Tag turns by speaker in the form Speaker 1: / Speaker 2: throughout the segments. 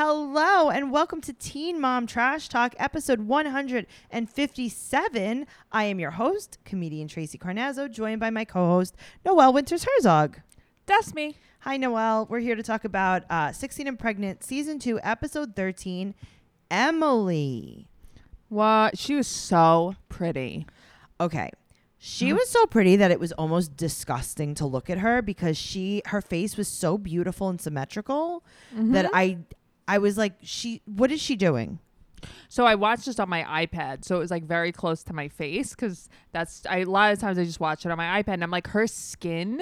Speaker 1: Hello and welcome to Teen Mom Trash Talk, episode 157. I am your host, comedian Tracy Carnazzo, joined by my co host, Noelle Winters Herzog.
Speaker 2: That's me.
Speaker 1: Hi, Noelle. We're here to talk about uh, 16 and Pregnant, season 2, episode 13, Emily.
Speaker 2: Wow, she was so pretty.
Speaker 1: Okay. She was so pretty that it was almost disgusting to look at her because she her face was so beautiful and symmetrical that I I was like she what is she doing?
Speaker 2: So I watched this on my iPad, so it was like very close to my face because that's I, a lot of times I just watch it on my iPad, and I'm like, her skin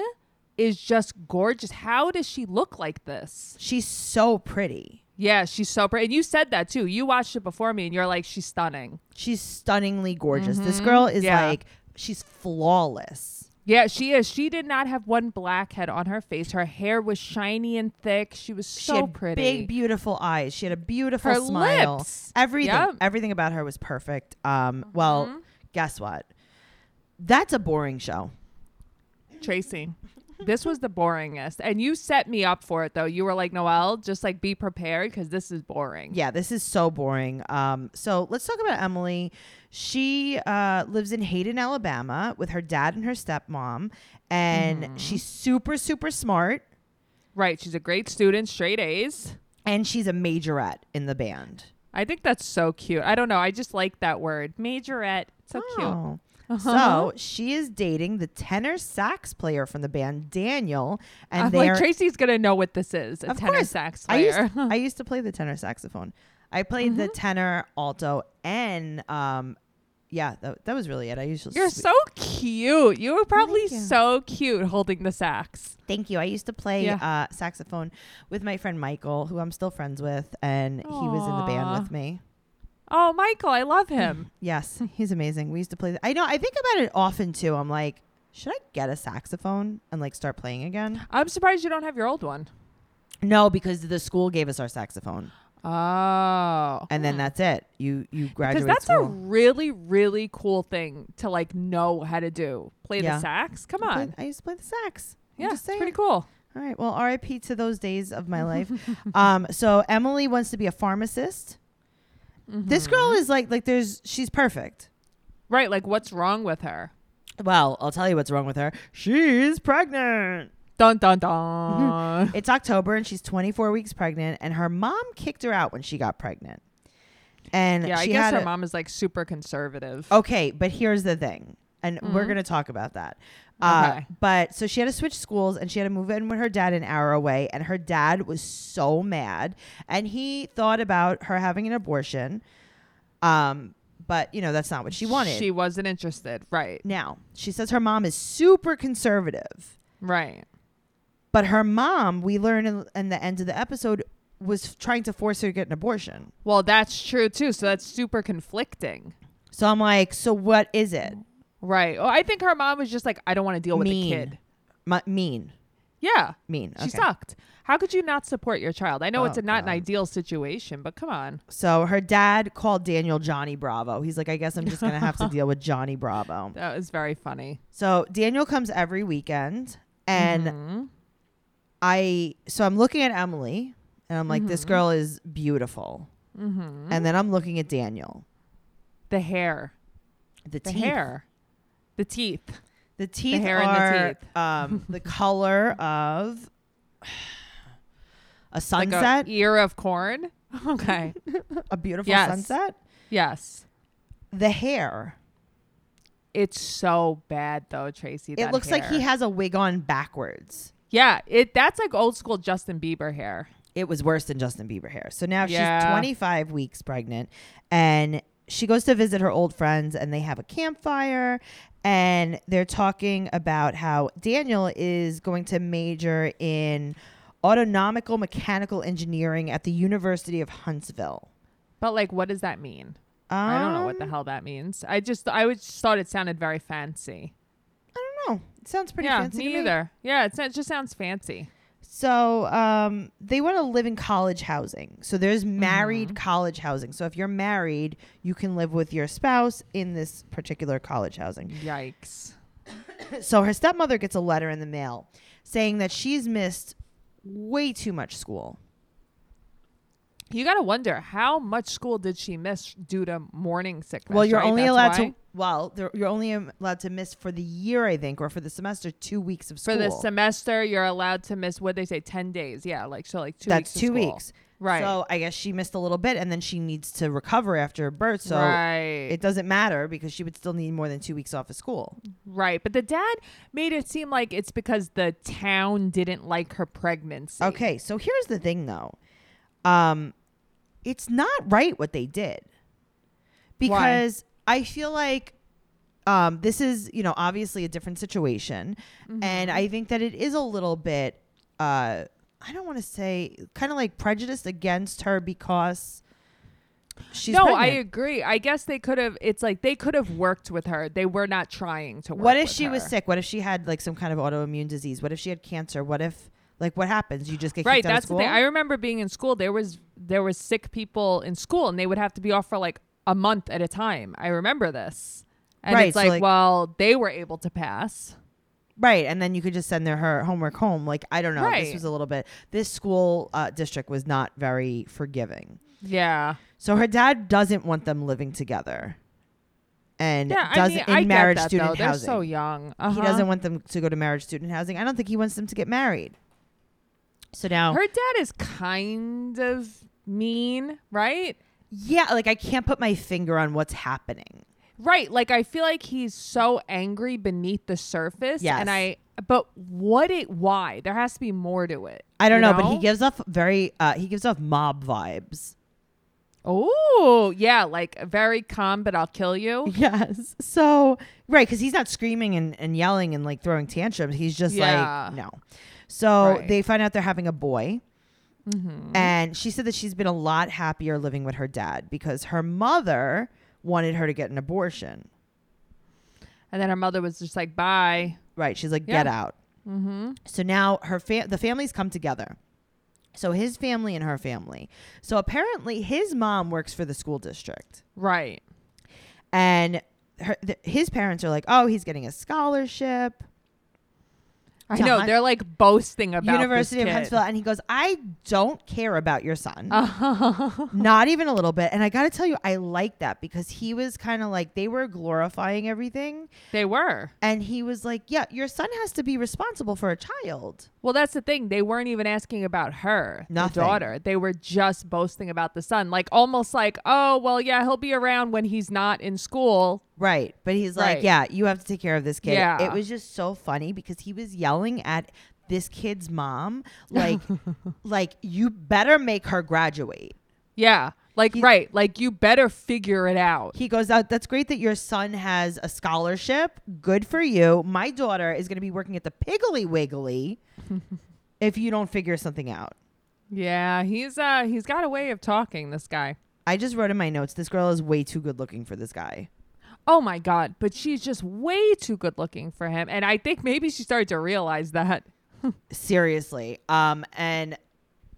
Speaker 2: is just gorgeous. How does she look like this?
Speaker 1: She's so pretty.
Speaker 2: Yeah, she's so pretty. And you said that too. You watched it before me, and you're like, she's stunning.
Speaker 1: She's stunningly gorgeous. This girl is
Speaker 2: Mm-hmm. Yeah.
Speaker 1: like she's flawless.
Speaker 2: Yeah, she is. She did not have one blackhead on her face. Her hair was shiny and thick. She was so
Speaker 1: she had
Speaker 2: pretty.
Speaker 1: big, beautiful eyes. She had a beautiful
Speaker 2: Her
Speaker 1: smile.
Speaker 2: lips.
Speaker 1: Everything,
Speaker 2: Yep.
Speaker 1: everything about her was perfect. Um,
Speaker 2: Mm-hmm.
Speaker 1: well, guess what? That's a boring show.
Speaker 2: Tracy, this was the boringest. And you set me up for it, though. You were like, Noelle, just like be prepared because this is boring.
Speaker 1: Yeah, this is so boring. Um, so let's talk about Emily. She uh, lives in Hayden, Alabama, with her dad and her stepmom, and
Speaker 2: Mm-hmm.
Speaker 1: she's super, super smart,
Speaker 2: Right. She's a great student, straight A's.
Speaker 1: and she's a majorette in the band.
Speaker 2: I think that's so cute. I don't know. I just like that word. Majorette. So cute.
Speaker 1: Oh. So she is dating the tenor sax player from the band, Daniel, and
Speaker 2: I'm
Speaker 1: they
Speaker 2: like,
Speaker 1: are
Speaker 2: Tracy's going to know what this is a
Speaker 1: Of
Speaker 2: tenor
Speaker 1: course.
Speaker 2: sax
Speaker 1: I
Speaker 2: player.
Speaker 1: used, I used to play the tenor saxophone. I played the tenor, alto, and um, yeah, that, that was really it. I usually
Speaker 2: You're so cute. You were probably
Speaker 1: you.
Speaker 2: so cute holding the sax.
Speaker 1: thank you. I used to play
Speaker 2: Yeah.
Speaker 1: uh, saxophone with my friend Michael, who I'm still friends with, and he was in the band
Speaker 2: Aw.
Speaker 1: with me.
Speaker 2: Oh, Michael, I love him.
Speaker 1: Yes, he's amazing. We used to play. I know. I think about it often too. I'm like, should I get a saxophone and like start playing again?
Speaker 2: I'm surprised you don't have your old one.
Speaker 1: No, because the school gave us our saxophone,
Speaker 2: Oh.
Speaker 1: and then that's it. You you
Speaker 2: because
Speaker 1: graduate
Speaker 2: that's
Speaker 1: school.
Speaker 2: a really really cool thing to like know how to do play
Speaker 1: Yeah.
Speaker 2: the sax come
Speaker 1: I played-
Speaker 2: on
Speaker 1: I used to play the sax. I'm
Speaker 2: yeah
Speaker 1: just
Speaker 2: it's
Speaker 1: saying.
Speaker 2: pretty cool
Speaker 1: All right. Well, RIP to those days of my life. um, so Emily wants to be a pharmacist. This girl
Speaker 2: Mm-hmm.
Speaker 1: is like like there's she's perfect.
Speaker 2: right like what's wrong with her
Speaker 1: Well, I'll tell you what's wrong with her. She's pregnant.
Speaker 2: dun dun dun
Speaker 1: It's October and she's 24 weeks pregnant, and her mom kicked her out when she got pregnant. And
Speaker 2: yeah
Speaker 1: she
Speaker 2: i guess
Speaker 1: had
Speaker 2: her
Speaker 1: a- Oh,
Speaker 2: mom is like super conservative
Speaker 1: Okay, but here's the thing, and we're gonna talk about that. Uh,
Speaker 2: Mm-hmm. Okay.
Speaker 1: But so she had to switch schools, and she had to move in with her dad an hour away, and her dad was so mad, and he thought about her having an abortion. Um, but you know that's not what she wanted.
Speaker 2: she wasn't interested right
Speaker 1: now she says her mom is super conservative,
Speaker 2: right
Speaker 1: but her mom, we learn in, in the end of the episode, was trying to force her to get an abortion.
Speaker 2: well that's true too so that's super conflicting
Speaker 1: So I'm like, so what is it?
Speaker 2: right oh i think her mom was just like i don't want to deal with
Speaker 1: Mean.
Speaker 2: a kid
Speaker 1: My, mean,
Speaker 2: yeah
Speaker 1: mean.
Speaker 2: she
Speaker 1: okay.
Speaker 2: sucked how could you not support your child i know it's
Speaker 1: Oh,
Speaker 2: a, not an
Speaker 1: God.
Speaker 2: ideal situation but come on
Speaker 1: So her dad called Daniel Johnny Bravo. He's like, I guess I'm just going to have to deal with Johnny Bravo.
Speaker 2: that was very funny
Speaker 1: So Daniel comes every weekend. And
Speaker 2: Mhm.
Speaker 1: I, so I'm looking at Emily and I'm like,
Speaker 2: Mm-hmm.
Speaker 1: this girl is beautiful. And then I'm looking at Daniel.
Speaker 2: the hair
Speaker 1: The,
Speaker 2: the
Speaker 1: teeth.
Speaker 2: hair, the teeth.
Speaker 1: The teeth
Speaker 2: hair and the
Speaker 1: are
Speaker 2: teeth.
Speaker 1: Um, the color of a
Speaker 2: Like
Speaker 1: sunset,
Speaker 2: a ear of corn. Okay.
Speaker 1: a beautiful
Speaker 2: Yes.
Speaker 1: sunset.
Speaker 2: yes.
Speaker 1: The hair.
Speaker 2: It's so bad though, Tracy.
Speaker 1: It looks like he has a wig on backwards.
Speaker 2: Yeah, it that's like old school Justin Bieber hair.
Speaker 1: it was worse than Justin Bieber hair. So now she's
Speaker 2: Yeah.
Speaker 1: 25 weeks pregnant and she goes to visit her old friends and they have a campfire and they're talking about how Daniel is going to major in autonomical mechanical engineering at the University of Huntsville.
Speaker 2: But like what does that mean? I don't know what the
Speaker 1: Um,
Speaker 2: hell that means. I just I was just thought it sounded very fancy.
Speaker 1: I don't know. It sounds pretty
Speaker 2: yeah,
Speaker 1: fancy.
Speaker 2: me
Speaker 1: to
Speaker 2: either. Yeah, it's, it just sounds fancy.
Speaker 1: So um, they want to live in college housing. So there's
Speaker 2: Mm-hmm.
Speaker 1: married college housing. So if you're married, you can live with your spouse in this particular college housing.
Speaker 2: Yikes.
Speaker 1: So her stepmother gets a letter in the mail saying that she's missed way too much school.
Speaker 2: You gotta wonder how much school did she miss due to morning sickness.
Speaker 1: Well, you're
Speaker 2: right?
Speaker 1: only
Speaker 2: That's
Speaker 1: allowed
Speaker 2: why?
Speaker 1: to. Well, there- you're only am- allowed to miss for the year, I think, or for the semester, two weeks of school.
Speaker 2: for the semester. You're allowed to miss what they say ten days. Yeah, like so like two.
Speaker 1: That's
Speaker 2: weeks of
Speaker 1: two
Speaker 2: school.
Speaker 1: weeks.
Speaker 2: Right.
Speaker 1: So I guess she missed a little bit, and then she needs to recover after birth. So
Speaker 2: right.
Speaker 1: it doesn't matter because she would still need more than two weeks off of school.
Speaker 2: right. But the dad made it seem like it's because the town didn't like her pregnancy.
Speaker 1: Okay, so here's the thing, though. Um, it's not right what they did because I feel like um, this is, you know, obviously a different situation,
Speaker 2: Mm-hmm.
Speaker 1: and I think that it is a little bit. Uh, I don't want to say kind of like prejudiced against her because she's
Speaker 2: no, I
Speaker 1: pregnant.
Speaker 2: agree. I guess they could have. It's like they could have worked with her. They were not trying to. Work
Speaker 1: What if
Speaker 2: with
Speaker 1: she was
Speaker 2: her.
Speaker 1: sick? What if she had like some kind of autoimmune disease? What if she had cancer? What if like what happens? You just get
Speaker 2: Right,
Speaker 1: kicked out of
Speaker 2: that's the
Speaker 1: school.
Speaker 2: thing. I remember being in school. There was there was sick people in school, and they would have to be off for like a month at a time. I remember this, and
Speaker 1: Right,
Speaker 2: it's
Speaker 1: so,
Speaker 2: like,
Speaker 1: like-
Speaker 2: well, they were able to pass.
Speaker 1: Right, and then you could just send their her homework home. Like I don't know,
Speaker 2: Right.
Speaker 1: this was a little bit. This school uh, district was not very forgiving,
Speaker 2: Yeah,
Speaker 1: so her dad doesn't want them living together, and
Speaker 2: yeah. I
Speaker 1: doesn't
Speaker 2: mean,
Speaker 1: in
Speaker 2: I
Speaker 1: marriage
Speaker 2: get that,
Speaker 1: student
Speaker 2: though. They're
Speaker 1: housing.
Speaker 2: so young. Uh-huh.
Speaker 1: He doesn't want them to go to marriage student housing. I don't think he wants them to get married. So now,
Speaker 2: Her dad is kind of mean, right?
Speaker 1: yeah, like I can't put my finger on what's happening.
Speaker 2: Right. Like I feel like he's so angry beneath the surface.
Speaker 1: Yes.
Speaker 2: And I but what it why? There has to be more to it.
Speaker 1: I don't
Speaker 2: you
Speaker 1: know, but he gives off very uh, he gives off mob vibes.
Speaker 2: Oh yeah, like very calm, but I'll kill you.
Speaker 1: Yes. So right, because he's not screaming and, and yelling and like throwing tantrums. He's just
Speaker 2: Yeah.
Speaker 1: like no. So
Speaker 2: Right.
Speaker 1: they find out they're having a boy,
Speaker 2: Mm-hmm.
Speaker 1: and she said that she's been a lot happier living with her dad because her mother wanted her to get an abortion.
Speaker 2: And then her mother was just like, Bye. Mm-hmm.
Speaker 1: Right. She's like,
Speaker 2: Yeah.
Speaker 1: get out. So now her fam- the families come together. So his family and her family. So apparently his mom works for the school district.
Speaker 2: Right.
Speaker 1: and her, th- his parents are like, "Oh, he's getting a scholarship,
Speaker 2: I
Speaker 1: To
Speaker 2: know.
Speaker 1: Hun-
Speaker 2: they're like boasting about this
Speaker 1: University of
Speaker 2: kid.
Speaker 1: Huntsville," and he goes, "I don't care about your son,
Speaker 2: Uh-huh.
Speaker 1: not even a little bit." And I got to tell you, I like that because he was kind of like they were glorifying everything,
Speaker 2: they were.
Speaker 1: and he was like, "Yeah, your son has to be responsible for a child."
Speaker 2: Well, that's the thing. They weren't even asking about her,
Speaker 1: Nothing.
Speaker 2: the daughter. They were just boasting about the son, like almost like, oh, well, yeah, he'll be around when he's not in school.
Speaker 1: Right. But he's like,
Speaker 2: Right.
Speaker 1: yeah, you have to take care of this kid.
Speaker 2: Yeah.
Speaker 1: It was just so funny because he was yelling at this kid's mom like like you better make her graduate.
Speaker 2: Yeah, like
Speaker 1: He-
Speaker 2: right, like you better figure it out.
Speaker 1: He goes out. That's great that your son has a scholarship. Good for you. My daughter is going to be working at the Piggly Wiggly if you don't figure something out.
Speaker 2: Yeah, he's uh he's got a way of talking. This guy.
Speaker 1: I just wrote in my notes this girl is way too good looking for this guy.
Speaker 2: Oh my god, but she's just way too good looking for him, and I think maybe she started to realize that.
Speaker 1: Seriously. Um and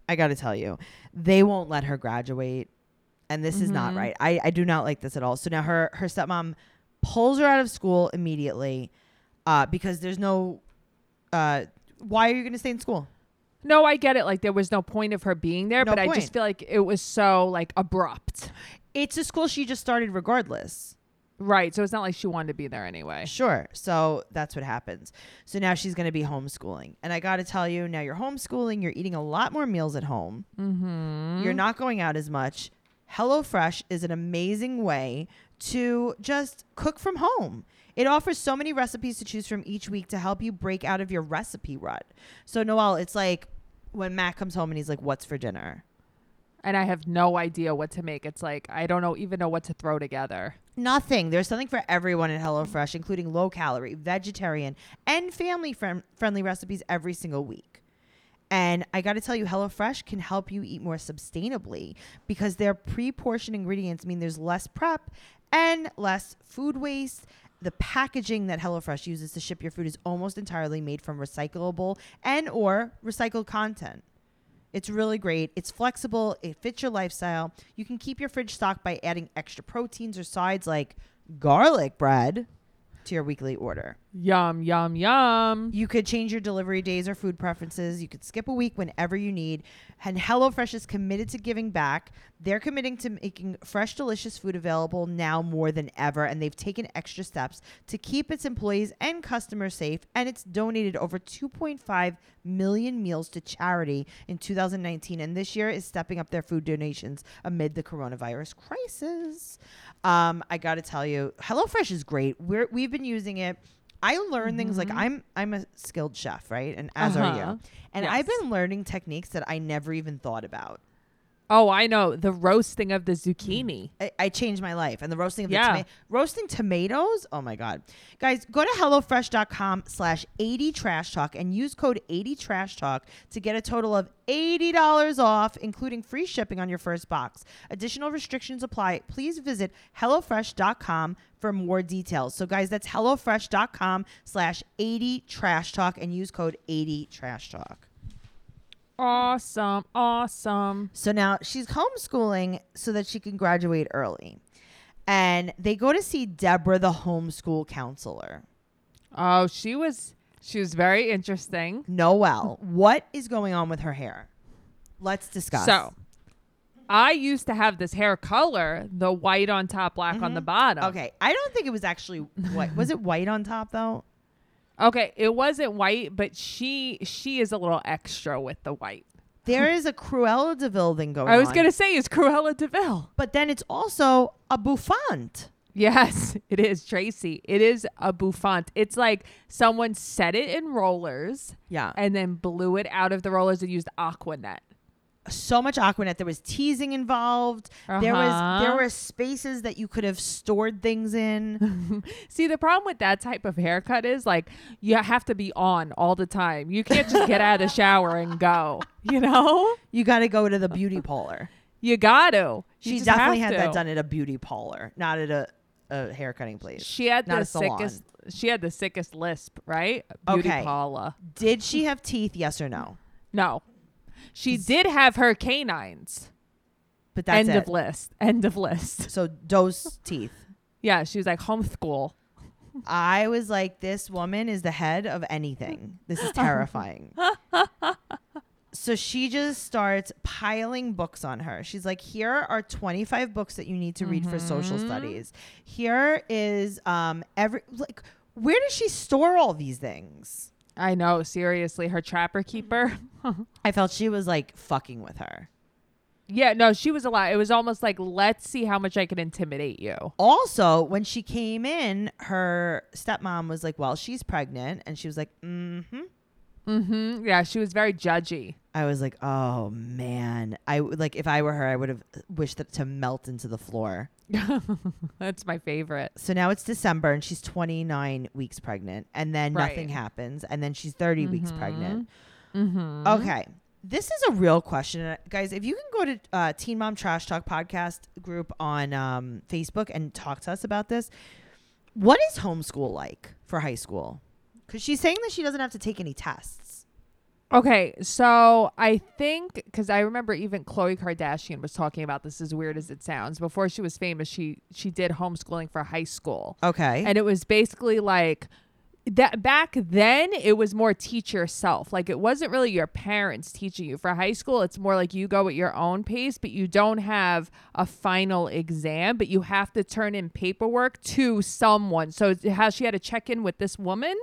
Speaker 1: I got to tell you, they won't let her graduate and this is not right. I I do not like this at all. So now her her stepmom pulls her out of school immediately uh because there's no uh why are you going to stay in school?
Speaker 2: No, I get it. Like there was no point of her being there,
Speaker 1: No
Speaker 2: but I
Speaker 1: point.
Speaker 2: just feel like it was so like abrupt.
Speaker 1: It's a school she just started regardless.
Speaker 2: Right, so it's not like she wanted to be there anyway.
Speaker 1: Sure. So that's what happens. So now she's going to be homeschooling. And I got to tell you, now you're homeschooling, you're eating a lot more meals at home. Mm-hmm. You're not going out as much. HelloFresh is an amazing way to just cook from home. It offers so many recipes to choose from each week to help you break out of your recipe rut. So, Noel, it's like when Matt comes home and he's like, What's for dinner?
Speaker 2: and I have no idea what to make. It's like I don't know even know what to throw together.
Speaker 1: Nothing. There's something for everyone at HelloFresh, including low calorie, vegetarian, and family friend- friendly recipes every single week. And I got to tell you, HelloFresh can help you eat more sustainably because their pre portioned ingredients mean there's less prep and less food waste. The packaging that HelloFresh uses to ship your food is almost entirely made from recyclable and or recycled content. It's really great. It's flexible. It fits your lifestyle. You can keep your fridge stocked by adding extra proteins or sides like garlic bread to your weekly order.
Speaker 2: Yum, yum, yum.
Speaker 1: You could change your delivery days or food preferences. You could skip a week whenever you need. And HelloFresh is committed to giving back. They're committing to making fresh, delicious food available now more than ever. And they've taken extra steps to keep its employees and customers safe. And it's donated over 2.5 million meals to charity in 2019. And this year is stepping up their food donations amid the coronavirus crisis. Um, I got to tell you, HelloFresh is great. We're, we've been using it. I learn things like I'm I'm a skilled chef, right? And as are
Speaker 2: Mm-hmm. Uh-huh.
Speaker 1: you. And
Speaker 2: Yes.
Speaker 1: I've been learning techniques that I never even thought about.
Speaker 2: Oh, I know. The roasting of the zucchini.
Speaker 1: I, I changed my life. And the roasting of the
Speaker 2: Yeah.
Speaker 1: toma- roasting tomatoes. Oh my god, guys, go to hellofresh.com slash eighty trash talk and use code eighty trash talk to get a total of eighty dollars off, including free shipping on your first box. Additional restrictions apply. Please visit hellofresh.com for more details. So, guys, that's hellofresh.com slash eighty trash talk and use code eighty trash talk.
Speaker 2: Awesome. Awesome.
Speaker 1: So now she's homeschooling so that she can graduate early. And they go to see Deborah, the homeschool counselor.
Speaker 2: Oh, she was she was very interesting.
Speaker 1: Noelle, what is going on with her hair? Let's discuss.
Speaker 2: So I used to have this hair color, the white on top, black on the bottom.
Speaker 1: okay, I don't think it was actually white. was it white on top though?
Speaker 2: Okay, it wasn't white, but she she is a little extra with the white.
Speaker 1: There is a Cruella Deville thing going on.
Speaker 2: I was gonna say is Cruella Deville.
Speaker 1: but then it's also a bouffant.
Speaker 2: Yes, it is Tracy. It is a bouffant. It's like someone set it in rollers
Speaker 1: Yeah.
Speaker 2: and then blew it out of the rollers and used Aquanet.
Speaker 1: so much Aquanet. There was teasing involved. There was
Speaker 2: Uh-huh.
Speaker 1: there were spaces that you could have stored things in.
Speaker 2: See, the problem with that type of haircut is like you have to be on all the time. You can't just get out of the shower and go. You know,
Speaker 1: You got to go to the beauty parlor.
Speaker 2: you got to. You
Speaker 1: She
Speaker 2: just
Speaker 1: definitely
Speaker 2: have
Speaker 1: had that
Speaker 2: to.
Speaker 1: done at a beauty parlor, not at a, a hair cutting place.
Speaker 2: She had
Speaker 1: Not a
Speaker 2: the
Speaker 1: salon.
Speaker 2: sickest. She had the sickest lisp, right? Beauty
Speaker 1: Okay.
Speaker 2: Paula.
Speaker 1: Did she have teeth? Yes or no?
Speaker 2: No, she did have her canines.
Speaker 1: But that's it.
Speaker 2: End of list. End of list.
Speaker 1: so those teeth.
Speaker 2: Yeah, she was like homeschool.
Speaker 1: I was like, this woman is the head of anything. This is terrifying. so she just starts piling books on her. She's like, here are 25 books that you need to read for
Speaker 2: Mm-hmm.
Speaker 1: social studies. Here is um every like where does she store all these things?
Speaker 2: I know. Seriously, her trapper keeper.
Speaker 1: I felt she was like fucking with her.
Speaker 2: yeah, no, she was a lot. It was almost like let's see how much I can intimidate you.
Speaker 1: also when she came in her stepmom was like well she's pregnant and she was like mm-hmm
Speaker 2: Mm-hmm. Yeah, she was very judgy.
Speaker 1: i was like oh man i w- like if i were her i would have wished that to melt into the floor
Speaker 2: That's my favorite.
Speaker 1: so now it's december and she's 29 weeks pregnant and then nothing
Speaker 2: Right.
Speaker 1: happens and then she's 30 weeks pregnant
Speaker 2: Mm-hmm.
Speaker 1: okay this is a real question Uh, guys if you can go to uh, teen mom trash talk podcast group on um, facebook and talk to us about this what is homeschool like for high school because she's saying that she doesn't have to take any tests
Speaker 2: Okay, so I think because I remember even Khloe Kardashian was talking about this. As weird as it sounds, before she was famous, she she did homeschooling for high school,
Speaker 1: okay
Speaker 2: and it was basically like that. Back then, it was more teach yourself. Like it wasn't really your parents teaching you. For high school, it's more like you go at your own pace, but you don't have a final exam, but you have to turn in paperwork to someone. So it's how she had to check in with this woman.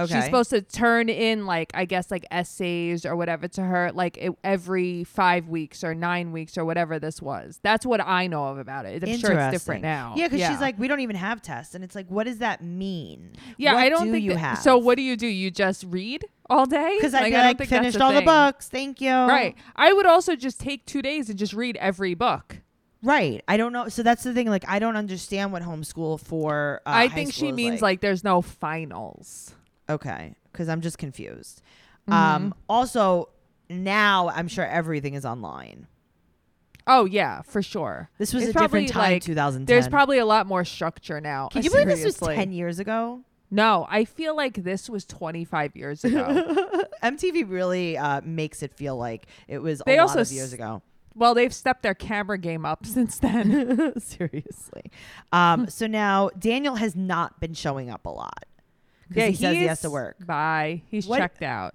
Speaker 1: Okay.
Speaker 2: She's supposed to turn in like I guess like essays or whatever to her like it, every 5 weeks or 9 weeks or whatever this was. That's what I know of about it. I'm sure it's different
Speaker 1: Interesting.
Speaker 2: now.
Speaker 1: yeah because she's like we don't even have tests and it's like what does that mean
Speaker 2: Yeah,
Speaker 1: What
Speaker 2: I don't
Speaker 1: do
Speaker 2: think
Speaker 1: you
Speaker 2: that-
Speaker 1: have
Speaker 2: So what do you do? You just read all day?
Speaker 1: because
Speaker 2: Like,
Speaker 1: i'd be
Speaker 2: don't
Speaker 1: like,
Speaker 2: think that's
Speaker 1: finished
Speaker 2: a
Speaker 1: all the
Speaker 2: thing.
Speaker 1: books thank you
Speaker 2: Right. I would also just take 2 days and just read every book.
Speaker 1: Right. I don't know. So that's the thing. Like, I don't understand what homeschool for. Uh,
Speaker 2: I
Speaker 1: high
Speaker 2: think
Speaker 1: school
Speaker 2: she
Speaker 1: is
Speaker 2: means like there's no finals.
Speaker 1: okay, because I'm just confused.
Speaker 2: Mm-hmm.
Speaker 1: Um. Also, now I'm sure everything is online.
Speaker 2: Oh yeah, for sure.
Speaker 1: This was
Speaker 2: It's
Speaker 1: a different
Speaker 2: probably,
Speaker 1: time,
Speaker 2: like,
Speaker 1: 2010.
Speaker 2: There's probably a lot more structure now.
Speaker 1: Can you believe this was
Speaker 2: Seriously.
Speaker 1: 10 years ago?
Speaker 2: No, I feel like this was 25 years ago.
Speaker 1: MTV really uh, makes it feel like it was
Speaker 2: They
Speaker 1: a
Speaker 2: also
Speaker 1: lot of
Speaker 2: s-
Speaker 1: years ago.
Speaker 2: well, they've stepped their camera game up since then.
Speaker 1: Seriously. Um. so now Daniel has not been showing up a lot. because he says he has
Speaker 2: he's-
Speaker 1: to work.
Speaker 2: Bye. He's
Speaker 1: What-
Speaker 2: checked out.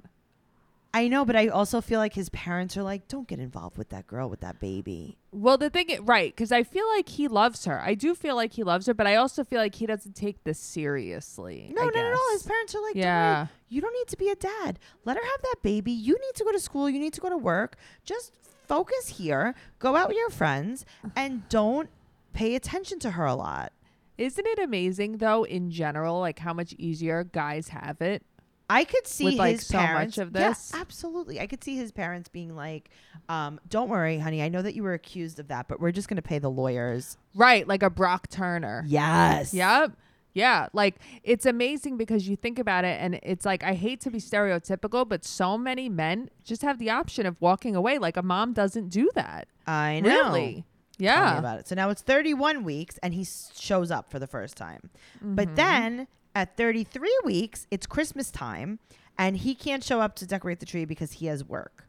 Speaker 1: I know, but I also feel like his parents are like, don't get involved with that girl with that baby.
Speaker 2: Well, the thing, i- right? Because I feel like he loves her. I do feel like he loves her, but I also feel like he doesn't take this seriously.
Speaker 1: No,
Speaker 2: I
Speaker 1: not at all. His
Speaker 2: guess.
Speaker 1: parents are like, yeah,
Speaker 2: yeah,
Speaker 1: you don't need to be a dad. Let her have that baby. You need to go to school. You need to go to work. Just focus here. Go out with your friends and don't pay attention to her a lot.
Speaker 2: isn't it amazing though? In general, like how much easier guys have it.
Speaker 1: I could see
Speaker 2: With, like,
Speaker 1: his
Speaker 2: so much
Speaker 1: parents.
Speaker 2: of
Speaker 1: Yeah,
Speaker 2: this.
Speaker 1: absolutely. I could see his parents being like, um, "Don't worry, honey. I know that you were accused of that, but we're just going to pay the lawyers."
Speaker 2: Right, like a Brock Turner.
Speaker 1: Yes.
Speaker 2: Yep. Yeah. Like it's amazing because you think about it and it's like I hate to be stereotypical, but so many men just have the option of walking away. Like a mom doesn't do that.
Speaker 1: I know.
Speaker 2: Really.
Speaker 1: Tell me
Speaker 2: Yeah.
Speaker 1: about it. So now it's 31 weeks, and he s- shows up for the first time.
Speaker 2: Mm-hmm.
Speaker 1: But then at 33 weeks, it's Christmas time, and he can't show up to decorate the tree because he has work.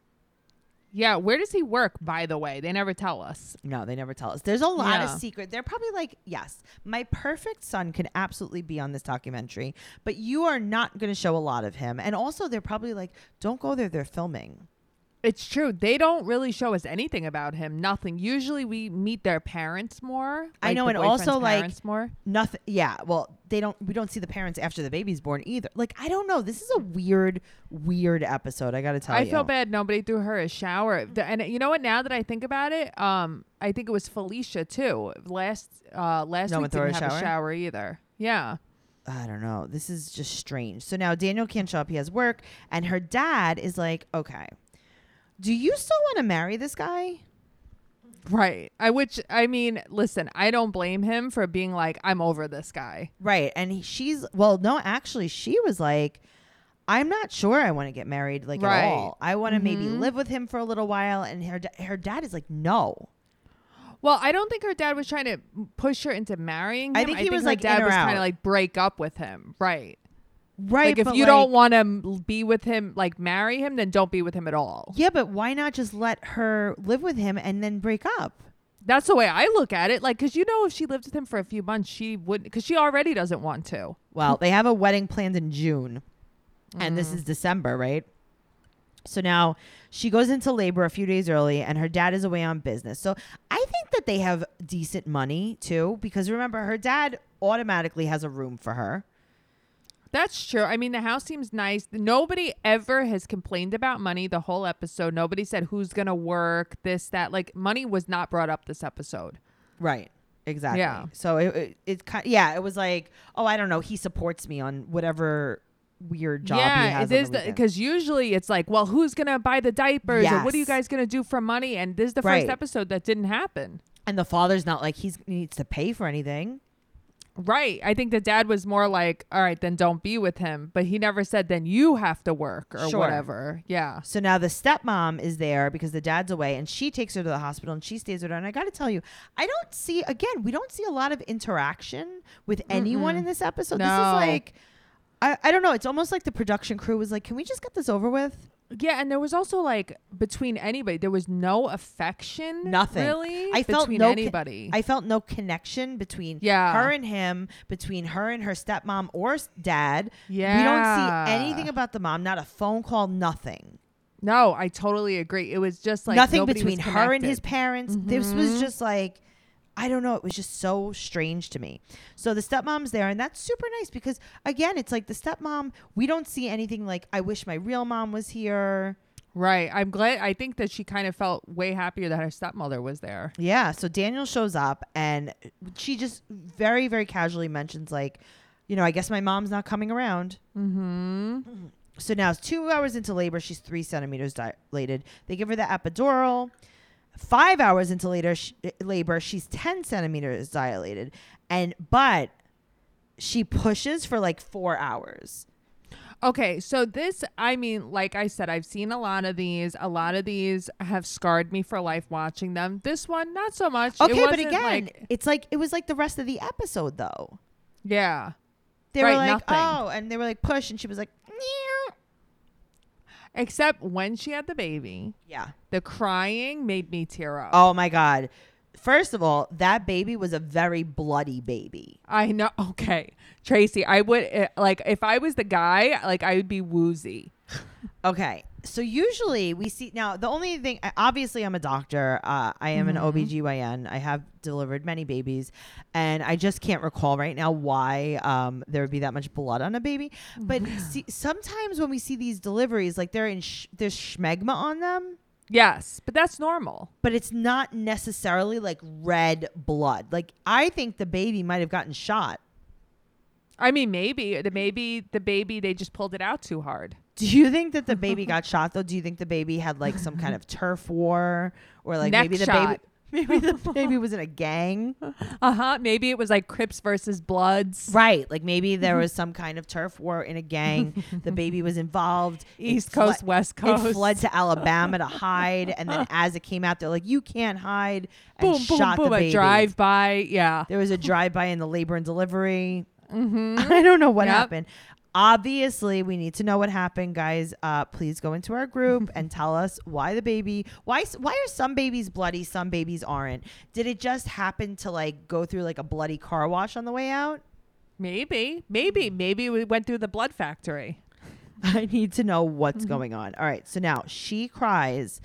Speaker 2: yeah. Where does he work, by the way? They never tell us.
Speaker 1: No, they never tell us. There's a lot
Speaker 2: Yeah.
Speaker 1: of secret. They're probably like, yes, my perfect son could absolutely be on this documentary, but you are not going to show a lot of him. And also, they're probably like, don't go there. They're filming.
Speaker 2: It's true. They don't really show us anything about him. Nothing. Usually we meet their parents more.
Speaker 1: I
Speaker 2: like
Speaker 1: know,
Speaker 2: the
Speaker 1: and also,
Speaker 2: boyfriend's
Speaker 1: like-
Speaker 2: parents more.
Speaker 1: Nothing. Yeah. Well, they don't. We don't see the parents after the baby's born either. Like, I don't know. This is a weird, weird episode. I got to tell
Speaker 2: I
Speaker 1: you.
Speaker 2: feel bad nobody threw her a shower. The- And you know what? Now that I think about it, um, I think it was Felicia too. Last uh, last
Speaker 1: No one
Speaker 2: week
Speaker 1: threw her
Speaker 2: didn't
Speaker 1: a
Speaker 2: have
Speaker 1: shower?
Speaker 2: a shower either. Yeah.
Speaker 1: I don't know. This is just strange. So now Daniel can't show up. He has work, and her dad is like, okay. Do you still want to marry this guy?
Speaker 2: Right. I which I mean, listen, I don't blame him for being like, I'm over this guy.
Speaker 1: Right. And he- she's, well, no, actually, she was like, I'm not sure I want to get married like at
Speaker 2: Right.
Speaker 1: all. I want to maybe live with him for a little while. And her, da- her dad is like, no.
Speaker 2: Well, I don't think her dad was trying to push her into marrying him.
Speaker 1: I think he was,
Speaker 2: her
Speaker 1: like, in
Speaker 2: dad
Speaker 1: or
Speaker 2: was
Speaker 1: out.
Speaker 2: to like break up with him. Right.
Speaker 1: Right.
Speaker 2: like if
Speaker 1: but,
Speaker 2: you don't want to be with him, like marry him, then don't be with him at all.
Speaker 1: Yeah, but why not just let her live with him and then break up?
Speaker 2: That's the way I look at it. Like, cause you know, if she lived with him for a few months, she wouldn't, cause she already doesn't want to.
Speaker 1: Well, they have a wedding planned in June, and
Speaker 2: Mm.
Speaker 1: this is December, right? So now she goes into labor a few days early, and her dad is away on business. So I think that they have decent money too, because remember, her dad automatically has a room for her.
Speaker 2: That's true. I mean, the house seems nice. Nobody ever has complained about money the whole episode. Nobody said who's going to work, this, that. Like, money was not brought up this episode.
Speaker 1: Right. Exactly.
Speaker 2: Yeah.
Speaker 1: So it, it, it kind yeah, it was like, oh, I don't know, he supports me on whatever weird job he
Speaker 2: yeah,
Speaker 1: has.
Speaker 2: it
Speaker 1: on the
Speaker 2: is
Speaker 1: weekends.
Speaker 2: because usually it's like, well, who's going to buy the diapers or what are you
Speaker 1: Yes.
Speaker 2: guys going to do for money? And this is the
Speaker 1: Right.
Speaker 2: first episode that didn't happen.
Speaker 1: and the father's not like he's, he needs to pay for anything.
Speaker 2: Right. I think the dad was more like, all right, then don't be with him. But he never said, then you have to work or
Speaker 1: Sure.
Speaker 2: whatever. Yeah.
Speaker 1: So now the stepmom is there because the dad's away and she takes her to the hospital and she stays with her. And I got to tell you, I don't see, again, we don't see a lot of interaction with anyone in this episode. This
Speaker 2: No.
Speaker 1: is like, I, I don't know. It's almost like the production crew was like, can we just get this over with?
Speaker 2: Yeah. And there was also like, between anybody, there was no affection.
Speaker 1: Nothing.
Speaker 2: Really?
Speaker 1: I felt
Speaker 2: between
Speaker 1: no con-
Speaker 2: anybody.
Speaker 1: I felt no connection between
Speaker 2: Yeah.
Speaker 1: her and him, between her and her stepmom or s- dad.
Speaker 2: yeah.
Speaker 1: We don't see anything about the mom, not a phone call, nothing.
Speaker 2: No, I totally agree. It was just like
Speaker 1: nothing
Speaker 2: nobody was
Speaker 1: between her and his
Speaker 2: connected.
Speaker 1: parents. This was just like I don't know, it was just so strange to me. So the stepmom's there and that's super nice because again, it's like the stepmom, we don't see anything like I wish my real mom was here.
Speaker 2: Right. I'm glad. I think that she kind of felt way happier that her stepmother was there.
Speaker 1: Yeah, so Daniel shows up and she just very very casually mentions like, you know, I guess my mom's not coming around.
Speaker 2: Mm-hmm.
Speaker 1: So now it's two hours into labor. She's three centimeters dilated. They give her the epidural. Five hours into later sh- eh, labor, she's 10 centimeters dilated. And, but she pushes for like four hours.
Speaker 2: Okay, so this, I mean, like I said, I've seen a lot of these. A lot of these have scarred me for life watching them. This one, not so much. It
Speaker 1: Okay, but
Speaker 2: wasn't,
Speaker 1: again,
Speaker 2: like-
Speaker 1: it's like, it was like the rest of the episode though.
Speaker 2: yeah.
Speaker 1: They were
Speaker 2: Right,
Speaker 1: like,
Speaker 2: nothing.
Speaker 1: oh, and they were like, push. And she was like, "Meow."
Speaker 2: Except when she had the baby,
Speaker 1: yeah.
Speaker 2: the crying made me tear up.
Speaker 1: Oh my God. First of all, that baby was a very bloody baby.
Speaker 2: I know. Okay, Tracy, I would uh, like if I was the guy, like I would be woozy.
Speaker 1: Okay. So usually we see now the only thing I- obviously I'm a doctor. Uh, I am an OBGYN. I have delivered many babies and I just can't recall right now why um, there would be that much blood on a baby. But see, sometimes when we see these deliveries like they're in sh- there's schmegma on them,
Speaker 2: Yes, but that's normal.
Speaker 1: but it's not necessarily like red blood. Like I think the baby might have gotten shot.
Speaker 2: I mean, maybe the maybe the baby they just pulled it out too hard.
Speaker 1: Do you think that the baby got shot though? Do you think the baby had like some kind of turf war or like
Speaker 2: Neck
Speaker 1: maybe the
Speaker 2: shot.
Speaker 1: baby maybe the baby was in a gang?
Speaker 2: Uh huh. Maybe it was like Crips versus Bloods,
Speaker 1: Right. Like maybe there was some kind of turf war in a gang. the baby was involved. It
Speaker 2: East
Speaker 1: fled-
Speaker 2: Coast, West Coast.
Speaker 1: It fled to Alabama to hide and then as it came out they're like you can't hide and
Speaker 2: boom, boom,
Speaker 1: shot
Speaker 2: boom.
Speaker 1: the
Speaker 2: A
Speaker 1: baby.
Speaker 2: drive by. Yeah. Mm-hmm.
Speaker 1: There was a drive by in the labor and delivery. I don't know what
Speaker 2: Yep.
Speaker 1: happened. Obviously, we need to know what happened, guys. Uh, please go into our group and tell us why the baby, why, s- why are some babies bloody, some babies aren't? Did it just happen to like go through like a bloody car wash on the way out?
Speaker 2: Maybe, maybe, maybe we went through the blood factory.
Speaker 1: I need to know what's
Speaker 2: Mm-hmm.
Speaker 1: going on. All right, so now she cries,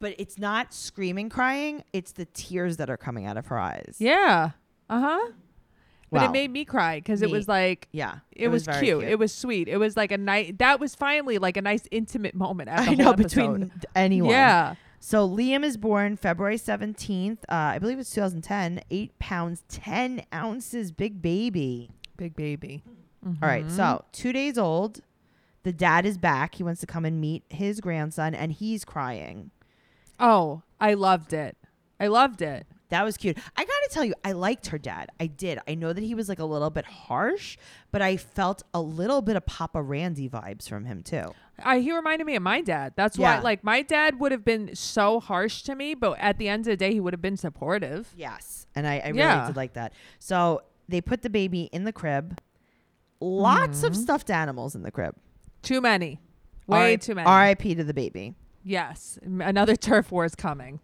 Speaker 1: but it's not screaming crying; it's the tears that are coming out of her eyes.
Speaker 2: Yeah. Uh huh. But
Speaker 1: Wow.
Speaker 2: it made me cry because it
Speaker 1: Me-
Speaker 2: was like,
Speaker 1: yeah,
Speaker 2: it, was,
Speaker 1: very
Speaker 2: cute. It was sweet. It was like a nice. That was finally like a nice intimate moment. Out of
Speaker 1: I
Speaker 2: the
Speaker 1: know
Speaker 2: whole
Speaker 1: between
Speaker 2: episode.
Speaker 1: anyone.
Speaker 2: Yeah.
Speaker 1: So Liam is born February 17th. Uh, I believe it's 2010. Eight pounds, 10 ounces, big baby.
Speaker 2: Big baby. Mm-hmm.
Speaker 1: All right. So two days old. The dad is back. He wants to come and meet his grandson, and he's crying.
Speaker 2: Oh, I loved it. I loved it.
Speaker 1: That was cute. I got to tell you, I liked her dad. I did. I know that he was like a little bit harsh, but I felt a little bit of Papa Randy vibes from him, too.
Speaker 2: I, he reminded me of my dad. That's
Speaker 1: Yeah.
Speaker 2: why, like, my dad would have been so harsh to me, but at the end of the day, he would have been supportive.
Speaker 1: Yes. And I, I really
Speaker 2: Yeah.
Speaker 1: did like that. So they put the baby in the crib. Lots of stuffed animals in the crib.
Speaker 2: Too many, Mm-hmm. way
Speaker 1: R-
Speaker 2: too many.
Speaker 1: R.I.P. to the baby.
Speaker 2: Yes, M- another turf war is coming.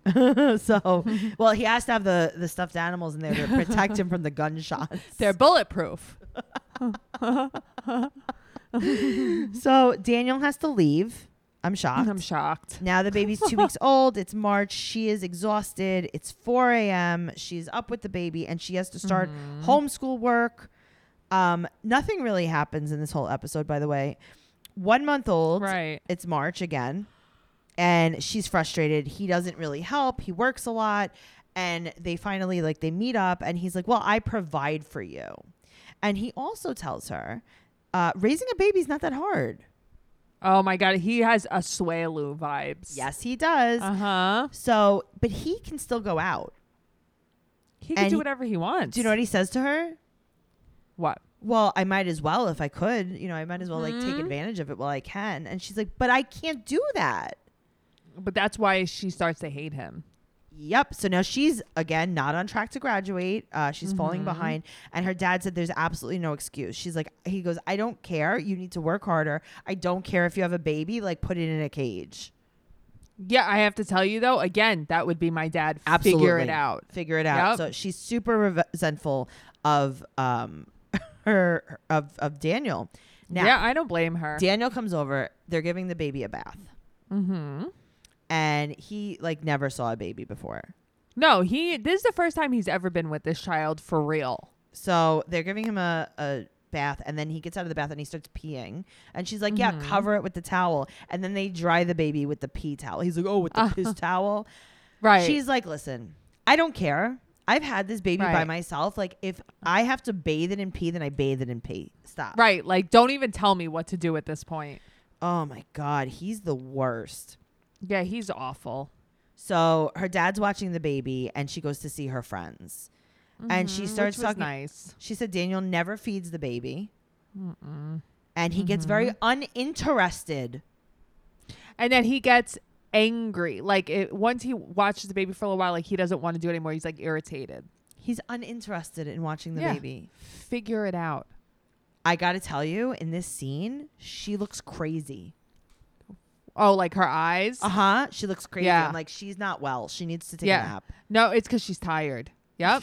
Speaker 1: so, well, he has to have the, the stuffed animals in there to protect him from the gunshots.
Speaker 2: They're bulletproof.
Speaker 1: so Daniel has to leave. I'm shocked.
Speaker 2: I'm shocked.
Speaker 1: Now the baby's two weeks old. It's March. She is exhausted. It's 4 a.m. She's up with the baby and she has to
Speaker 2: Mm-hmm.
Speaker 1: start homeschool work. Um, nothing really happens in this whole episode, by the way. One month old.
Speaker 2: Right.
Speaker 1: It's March again. And she's frustrated. He doesn't really help. He works a lot. And they finally, like, they meet up and he's like, Well, I provide for you. And he also tells her, uh, Raising a baby's not that hard.
Speaker 2: Oh my god, he has a Swaloo vibes.
Speaker 1: Yes, he does.
Speaker 2: Uh huh.
Speaker 1: So, but he can still go out.
Speaker 2: He
Speaker 1: And
Speaker 2: can
Speaker 1: he-
Speaker 2: do whatever he wants.
Speaker 1: Do you know what he says to her?
Speaker 2: what?
Speaker 1: Well, I might as well if I could. You know, I might as well like take
Speaker 2: Mhm.
Speaker 1: advantage of it while I can. And she's like, but I can't do that.
Speaker 2: But that's why she starts to hate him.
Speaker 1: Yep. So now she's again not on track to graduate. Uh, she's falling behind, and her dad said there's absolutely no excuse. She's like, he goes, I don't care. You need to work harder. I don't care if you have a baby. Like, put it in a cage.
Speaker 2: Yeah, I have to tell you though. Again, that would be my dad. Figure it
Speaker 1: Absolutely.
Speaker 2: out.
Speaker 1: Figure it out.
Speaker 2: Yep.
Speaker 1: So she's super resentful of um her of of Daniel. Now,
Speaker 2: yeah, I don't blame her.
Speaker 1: Daniel comes over. They're giving the baby a bath,
Speaker 2: mm-hmm.
Speaker 1: and he like never saw a baby before.
Speaker 2: No, he. This is the first time he's ever been with this child for real.
Speaker 1: So they're giving him a, a bath, and then he gets out of the bath and he starts peeing. And she's like, "Yeah,
Speaker 2: Mm-hmm.
Speaker 1: cover it with the towel." And then they dry the baby with the pee towel. He's like, "Oh, with the piss towel."
Speaker 2: Uh-huh. Right.
Speaker 1: She's like, "Listen, I don't care. I've had this baby by
Speaker 2: Right.
Speaker 1: myself. Like, if I have to bathe it in pee, then I bathe it in pee. Stop."
Speaker 2: right. Like, don't even tell me what to do at this point.
Speaker 1: Oh my god, he's the worst.
Speaker 2: Yeah, he's awful.
Speaker 1: So her dad's watching the baby, and she goes to see her friends, and she
Speaker 2: Mhm,
Speaker 1: starts
Speaker 2: which was
Speaker 1: talking.
Speaker 2: Nice.
Speaker 1: She said Daniel never feeds the baby. And he gets very
Speaker 2: Mm-hmm.
Speaker 1: uninterested.
Speaker 2: And then he gets angry. Like it, once he watches the baby for a little while, like he doesn't want to do it anymore. He's like irritated.
Speaker 1: He's uninterested in watching the
Speaker 2: Yeah.
Speaker 1: baby.
Speaker 2: Figure it out.
Speaker 1: I got to tell you, in this scene, she looks crazy.
Speaker 2: Oh, like her eyes.
Speaker 1: Uh huh. She looks crazy.
Speaker 2: Yeah.
Speaker 1: I'm like, she's not well. She needs to take
Speaker 2: Yeah.
Speaker 1: a nap.
Speaker 2: No, it's because she's tired. Yep.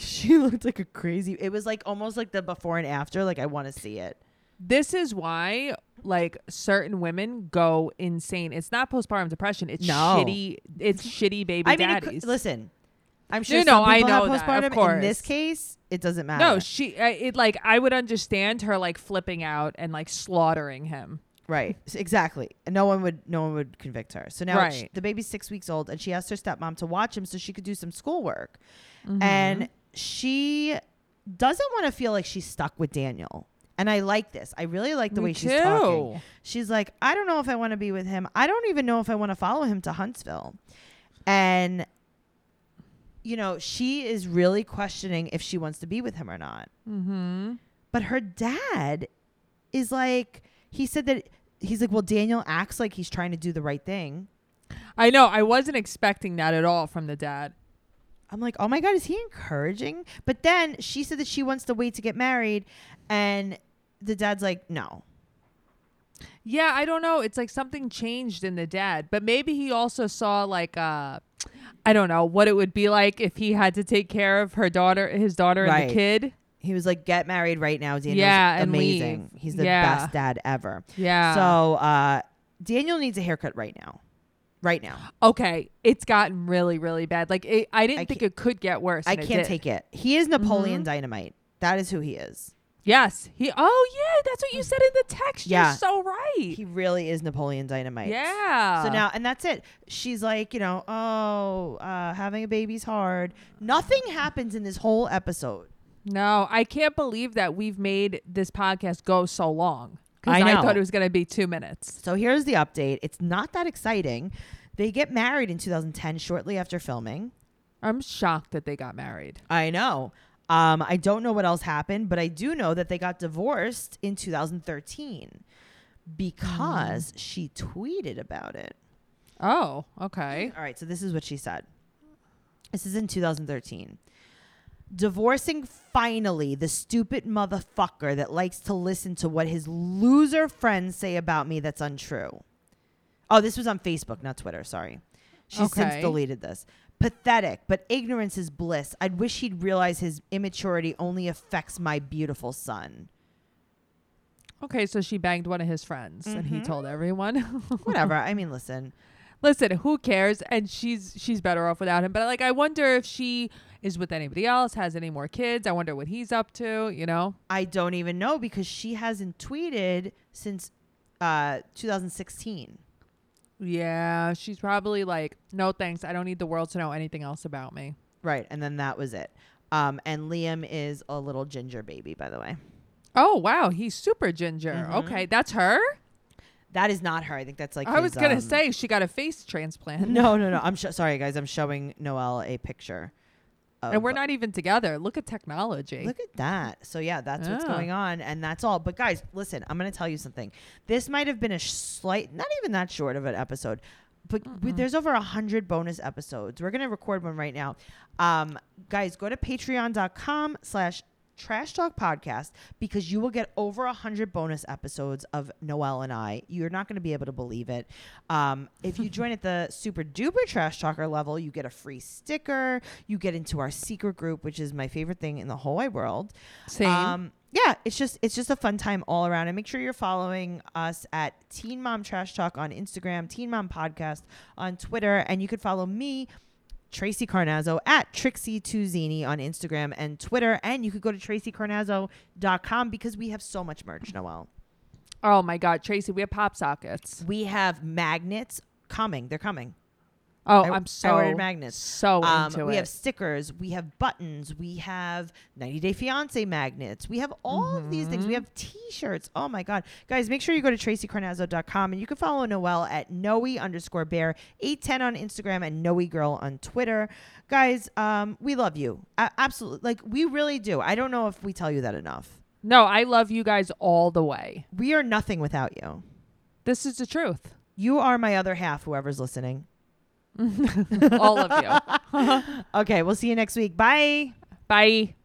Speaker 1: She looked like a crazy. It was like almost like the before and after. Like I want to see it.
Speaker 2: This is why like certain women go insane. It's not postpartum depression. It's
Speaker 1: No.
Speaker 2: shitty. It's shitty baby
Speaker 1: I mean, it could-
Speaker 2: daddies.
Speaker 1: listen. I'm sure
Speaker 2: no,
Speaker 1: some
Speaker 2: I
Speaker 1: people
Speaker 2: know
Speaker 1: have
Speaker 2: that,
Speaker 1: postpartum.
Speaker 2: of
Speaker 1: In this
Speaker 2: course.
Speaker 1: case, it doesn't matter.
Speaker 2: no, she. I it like I would understand her like flipping out and like slaughtering him.
Speaker 1: Right. S- Exactly. And no one would no one would convict her. So now sh-
Speaker 2: Right.
Speaker 1: the baby's 6 weeks old and she asked her stepmom to watch him so she could do some schoolwork.
Speaker 2: Mm-hmm.
Speaker 1: And she doesn't want to feel like she's stuck with Daniel. And I like this. I really like the
Speaker 2: Me
Speaker 1: way she's talking.
Speaker 2: too.
Speaker 1: She's like, "I don't know if I want to be with him. I don't even know if I want to follow him to Huntsville." And you know, she is really questioning if she wants to be with him or not.
Speaker 2: Mm-hmm.
Speaker 1: But her dad is like, he said that he's like, well, Daniel acts like he's trying to do the right thing.
Speaker 2: I know. I wasn't expecting that at all from the dad.
Speaker 1: I'm like, oh my God, is he encouraging? But then she said that she wants to wait to get married. And the dad's like, no.
Speaker 2: Yeah, I don't know. It's like something changed in the dad, but maybe he also saw like uh I don't know what it would be like if he had to take care of her daughter, his daughter and
Speaker 1: Right.
Speaker 2: the kid.
Speaker 1: He was like, get married right now. Daniel's
Speaker 2: Yeah, and
Speaker 1: amazing.
Speaker 2: leave.
Speaker 1: He's the
Speaker 2: Yeah.
Speaker 1: best dad ever.
Speaker 2: Yeah.
Speaker 1: So uh, Daniel needs a haircut right now. Right now.
Speaker 2: okay, it's gotten really, really bad. Like it, I didn't
Speaker 1: I
Speaker 2: think
Speaker 1: can't-
Speaker 2: it could get worse.
Speaker 1: I
Speaker 2: and it
Speaker 1: can't
Speaker 2: did. Mm-hmm.
Speaker 1: take it. He is Napoleon Dynamite. That is who he is.
Speaker 2: Yes, he. Oh yeah, that's what you said in the text.
Speaker 1: Yeah.
Speaker 2: You're so right.
Speaker 1: He really is Napoleon Dynamite.
Speaker 2: yeah.
Speaker 1: So now, and that's it. She's like, you know, oh, uh, having a baby's hard. Nothing happens in this whole episode.
Speaker 2: no, I can't believe that we've made this podcast go so long. 'Cause
Speaker 1: I know.
Speaker 2: I thought it was gonna be two minutes.
Speaker 1: So here's the update. It's not that exciting. They get married in 2010, shortly after filming.
Speaker 2: I'm shocked that they got married.
Speaker 1: I know. Um, I don't know what else happened, but I do know that they got divorced in 2013 because she tweeted about it.
Speaker 2: Oh, okay.
Speaker 1: All right, so this is what she said. This is in 2013. Divorcing finally the stupid motherfucker that likes to listen to what his loser friends say about me that's untrue. Oh, this was on Facebook, not Twitter. Sorry. She's
Speaker 2: Okay.
Speaker 1: since deleted this. Pathetic, but ignorance is bliss. I'd wish he'd realize his immaturity only affects my beautiful son.
Speaker 2: Okay, so she banged one of his friends and he told everyone.
Speaker 1: Whatever. I mean, listen.
Speaker 2: Listen, who cares? And she's she's better off without him. But like I wonder if she is with anybody else, has any more kids. I wonder what he's up to, you know?
Speaker 1: I don't even know because she hasn't tweeted since uh, 2016.
Speaker 2: Yeah, she's probably like, "No thanks. I don't need the world to know anything else about me."
Speaker 1: Right, and then that was it. Um, and Liam is a little ginger baby, by the way.
Speaker 2: Oh, wow, he's super ginger. Okay, that's her?
Speaker 1: That is not her. I think that's like.
Speaker 2: I was
Speaker 1: his,
Speaker 2: going to
Speaker 1: um,
Speaker 2: say she got a face transplant.
Speaker 1: No, no, no. I'm sho- sorry, guys. I'm showing Noel a picture. Of,
Speaker 2: And we're not even together. Look at technology.
Speaker 1: Look at that. So yeah, that's what's
Speaker 2: Yeah.
Speaker 1: going on, and that's all. But guys, listen. I'm going to tell you something. This might have been a slight, not even that short of an episode, but we, there's over a hundred bonus episodes. We're going to record one right now. Um, guys, go to patreon.com slash trash talk podcast because you will get over a hundred bonus episodes of Noel and I. You're not going to be able to believe it. Um, if you join at the super duper trash talker level, you get a free sticker. You get into our secret group, which is my favorite thing in the whole wide world.
Speaker 2: Same.
Speaker 1: Um, yeah, it's just it's just a fun time all around. And make sure you're following us at Teen Mom Trash Talk on Instagram, Teen Mom Podcast on Twitter, and you could follow me. Tracy Carnazzo at Trixie Tuzini on Instagram and Twitter. And you could go to tracycarnazzo.com because we have so much merch, Noel.
Speaker 2: oh my god, Tracy, we have pop sockets.
Speaker 1: We have magnets coming. They're coming.
Speaker 2: Oh,
Speaker 1: I- I
Speaker 2: I, am
Speaker 1: ordered
Speaker 2: so
Speaker 1: magnets.
Speaker 2: So
Speaker 1: Um,
Speaker 2: into
Speaker 1: we
Speaker 2: it.
Speaker 1: have stickers, we have buttons, we have 90 Day Fiance magnets, we have all of these things. We have T-shirts. Oh my God, guys! Make sure you go to tracycarnazzo.com and you can follow Noel at Noe underscore Bear eight ten on Instagram and Noe Girl on Twitter. Guys, um, we love you A- absolutely. Like we really do. I don't know if we tell you that enough.
Speaker 2: No, I love you guys all the way.
Speaker 1: We are nothing without you.
Speaker 2: This is the truth.
Speaker 1: You are my other half. Whoever's listening.
Speaker 2: all of you.
Speaker 1: Okay, we'll see you next week. Bye.
Speaker 2: Bye.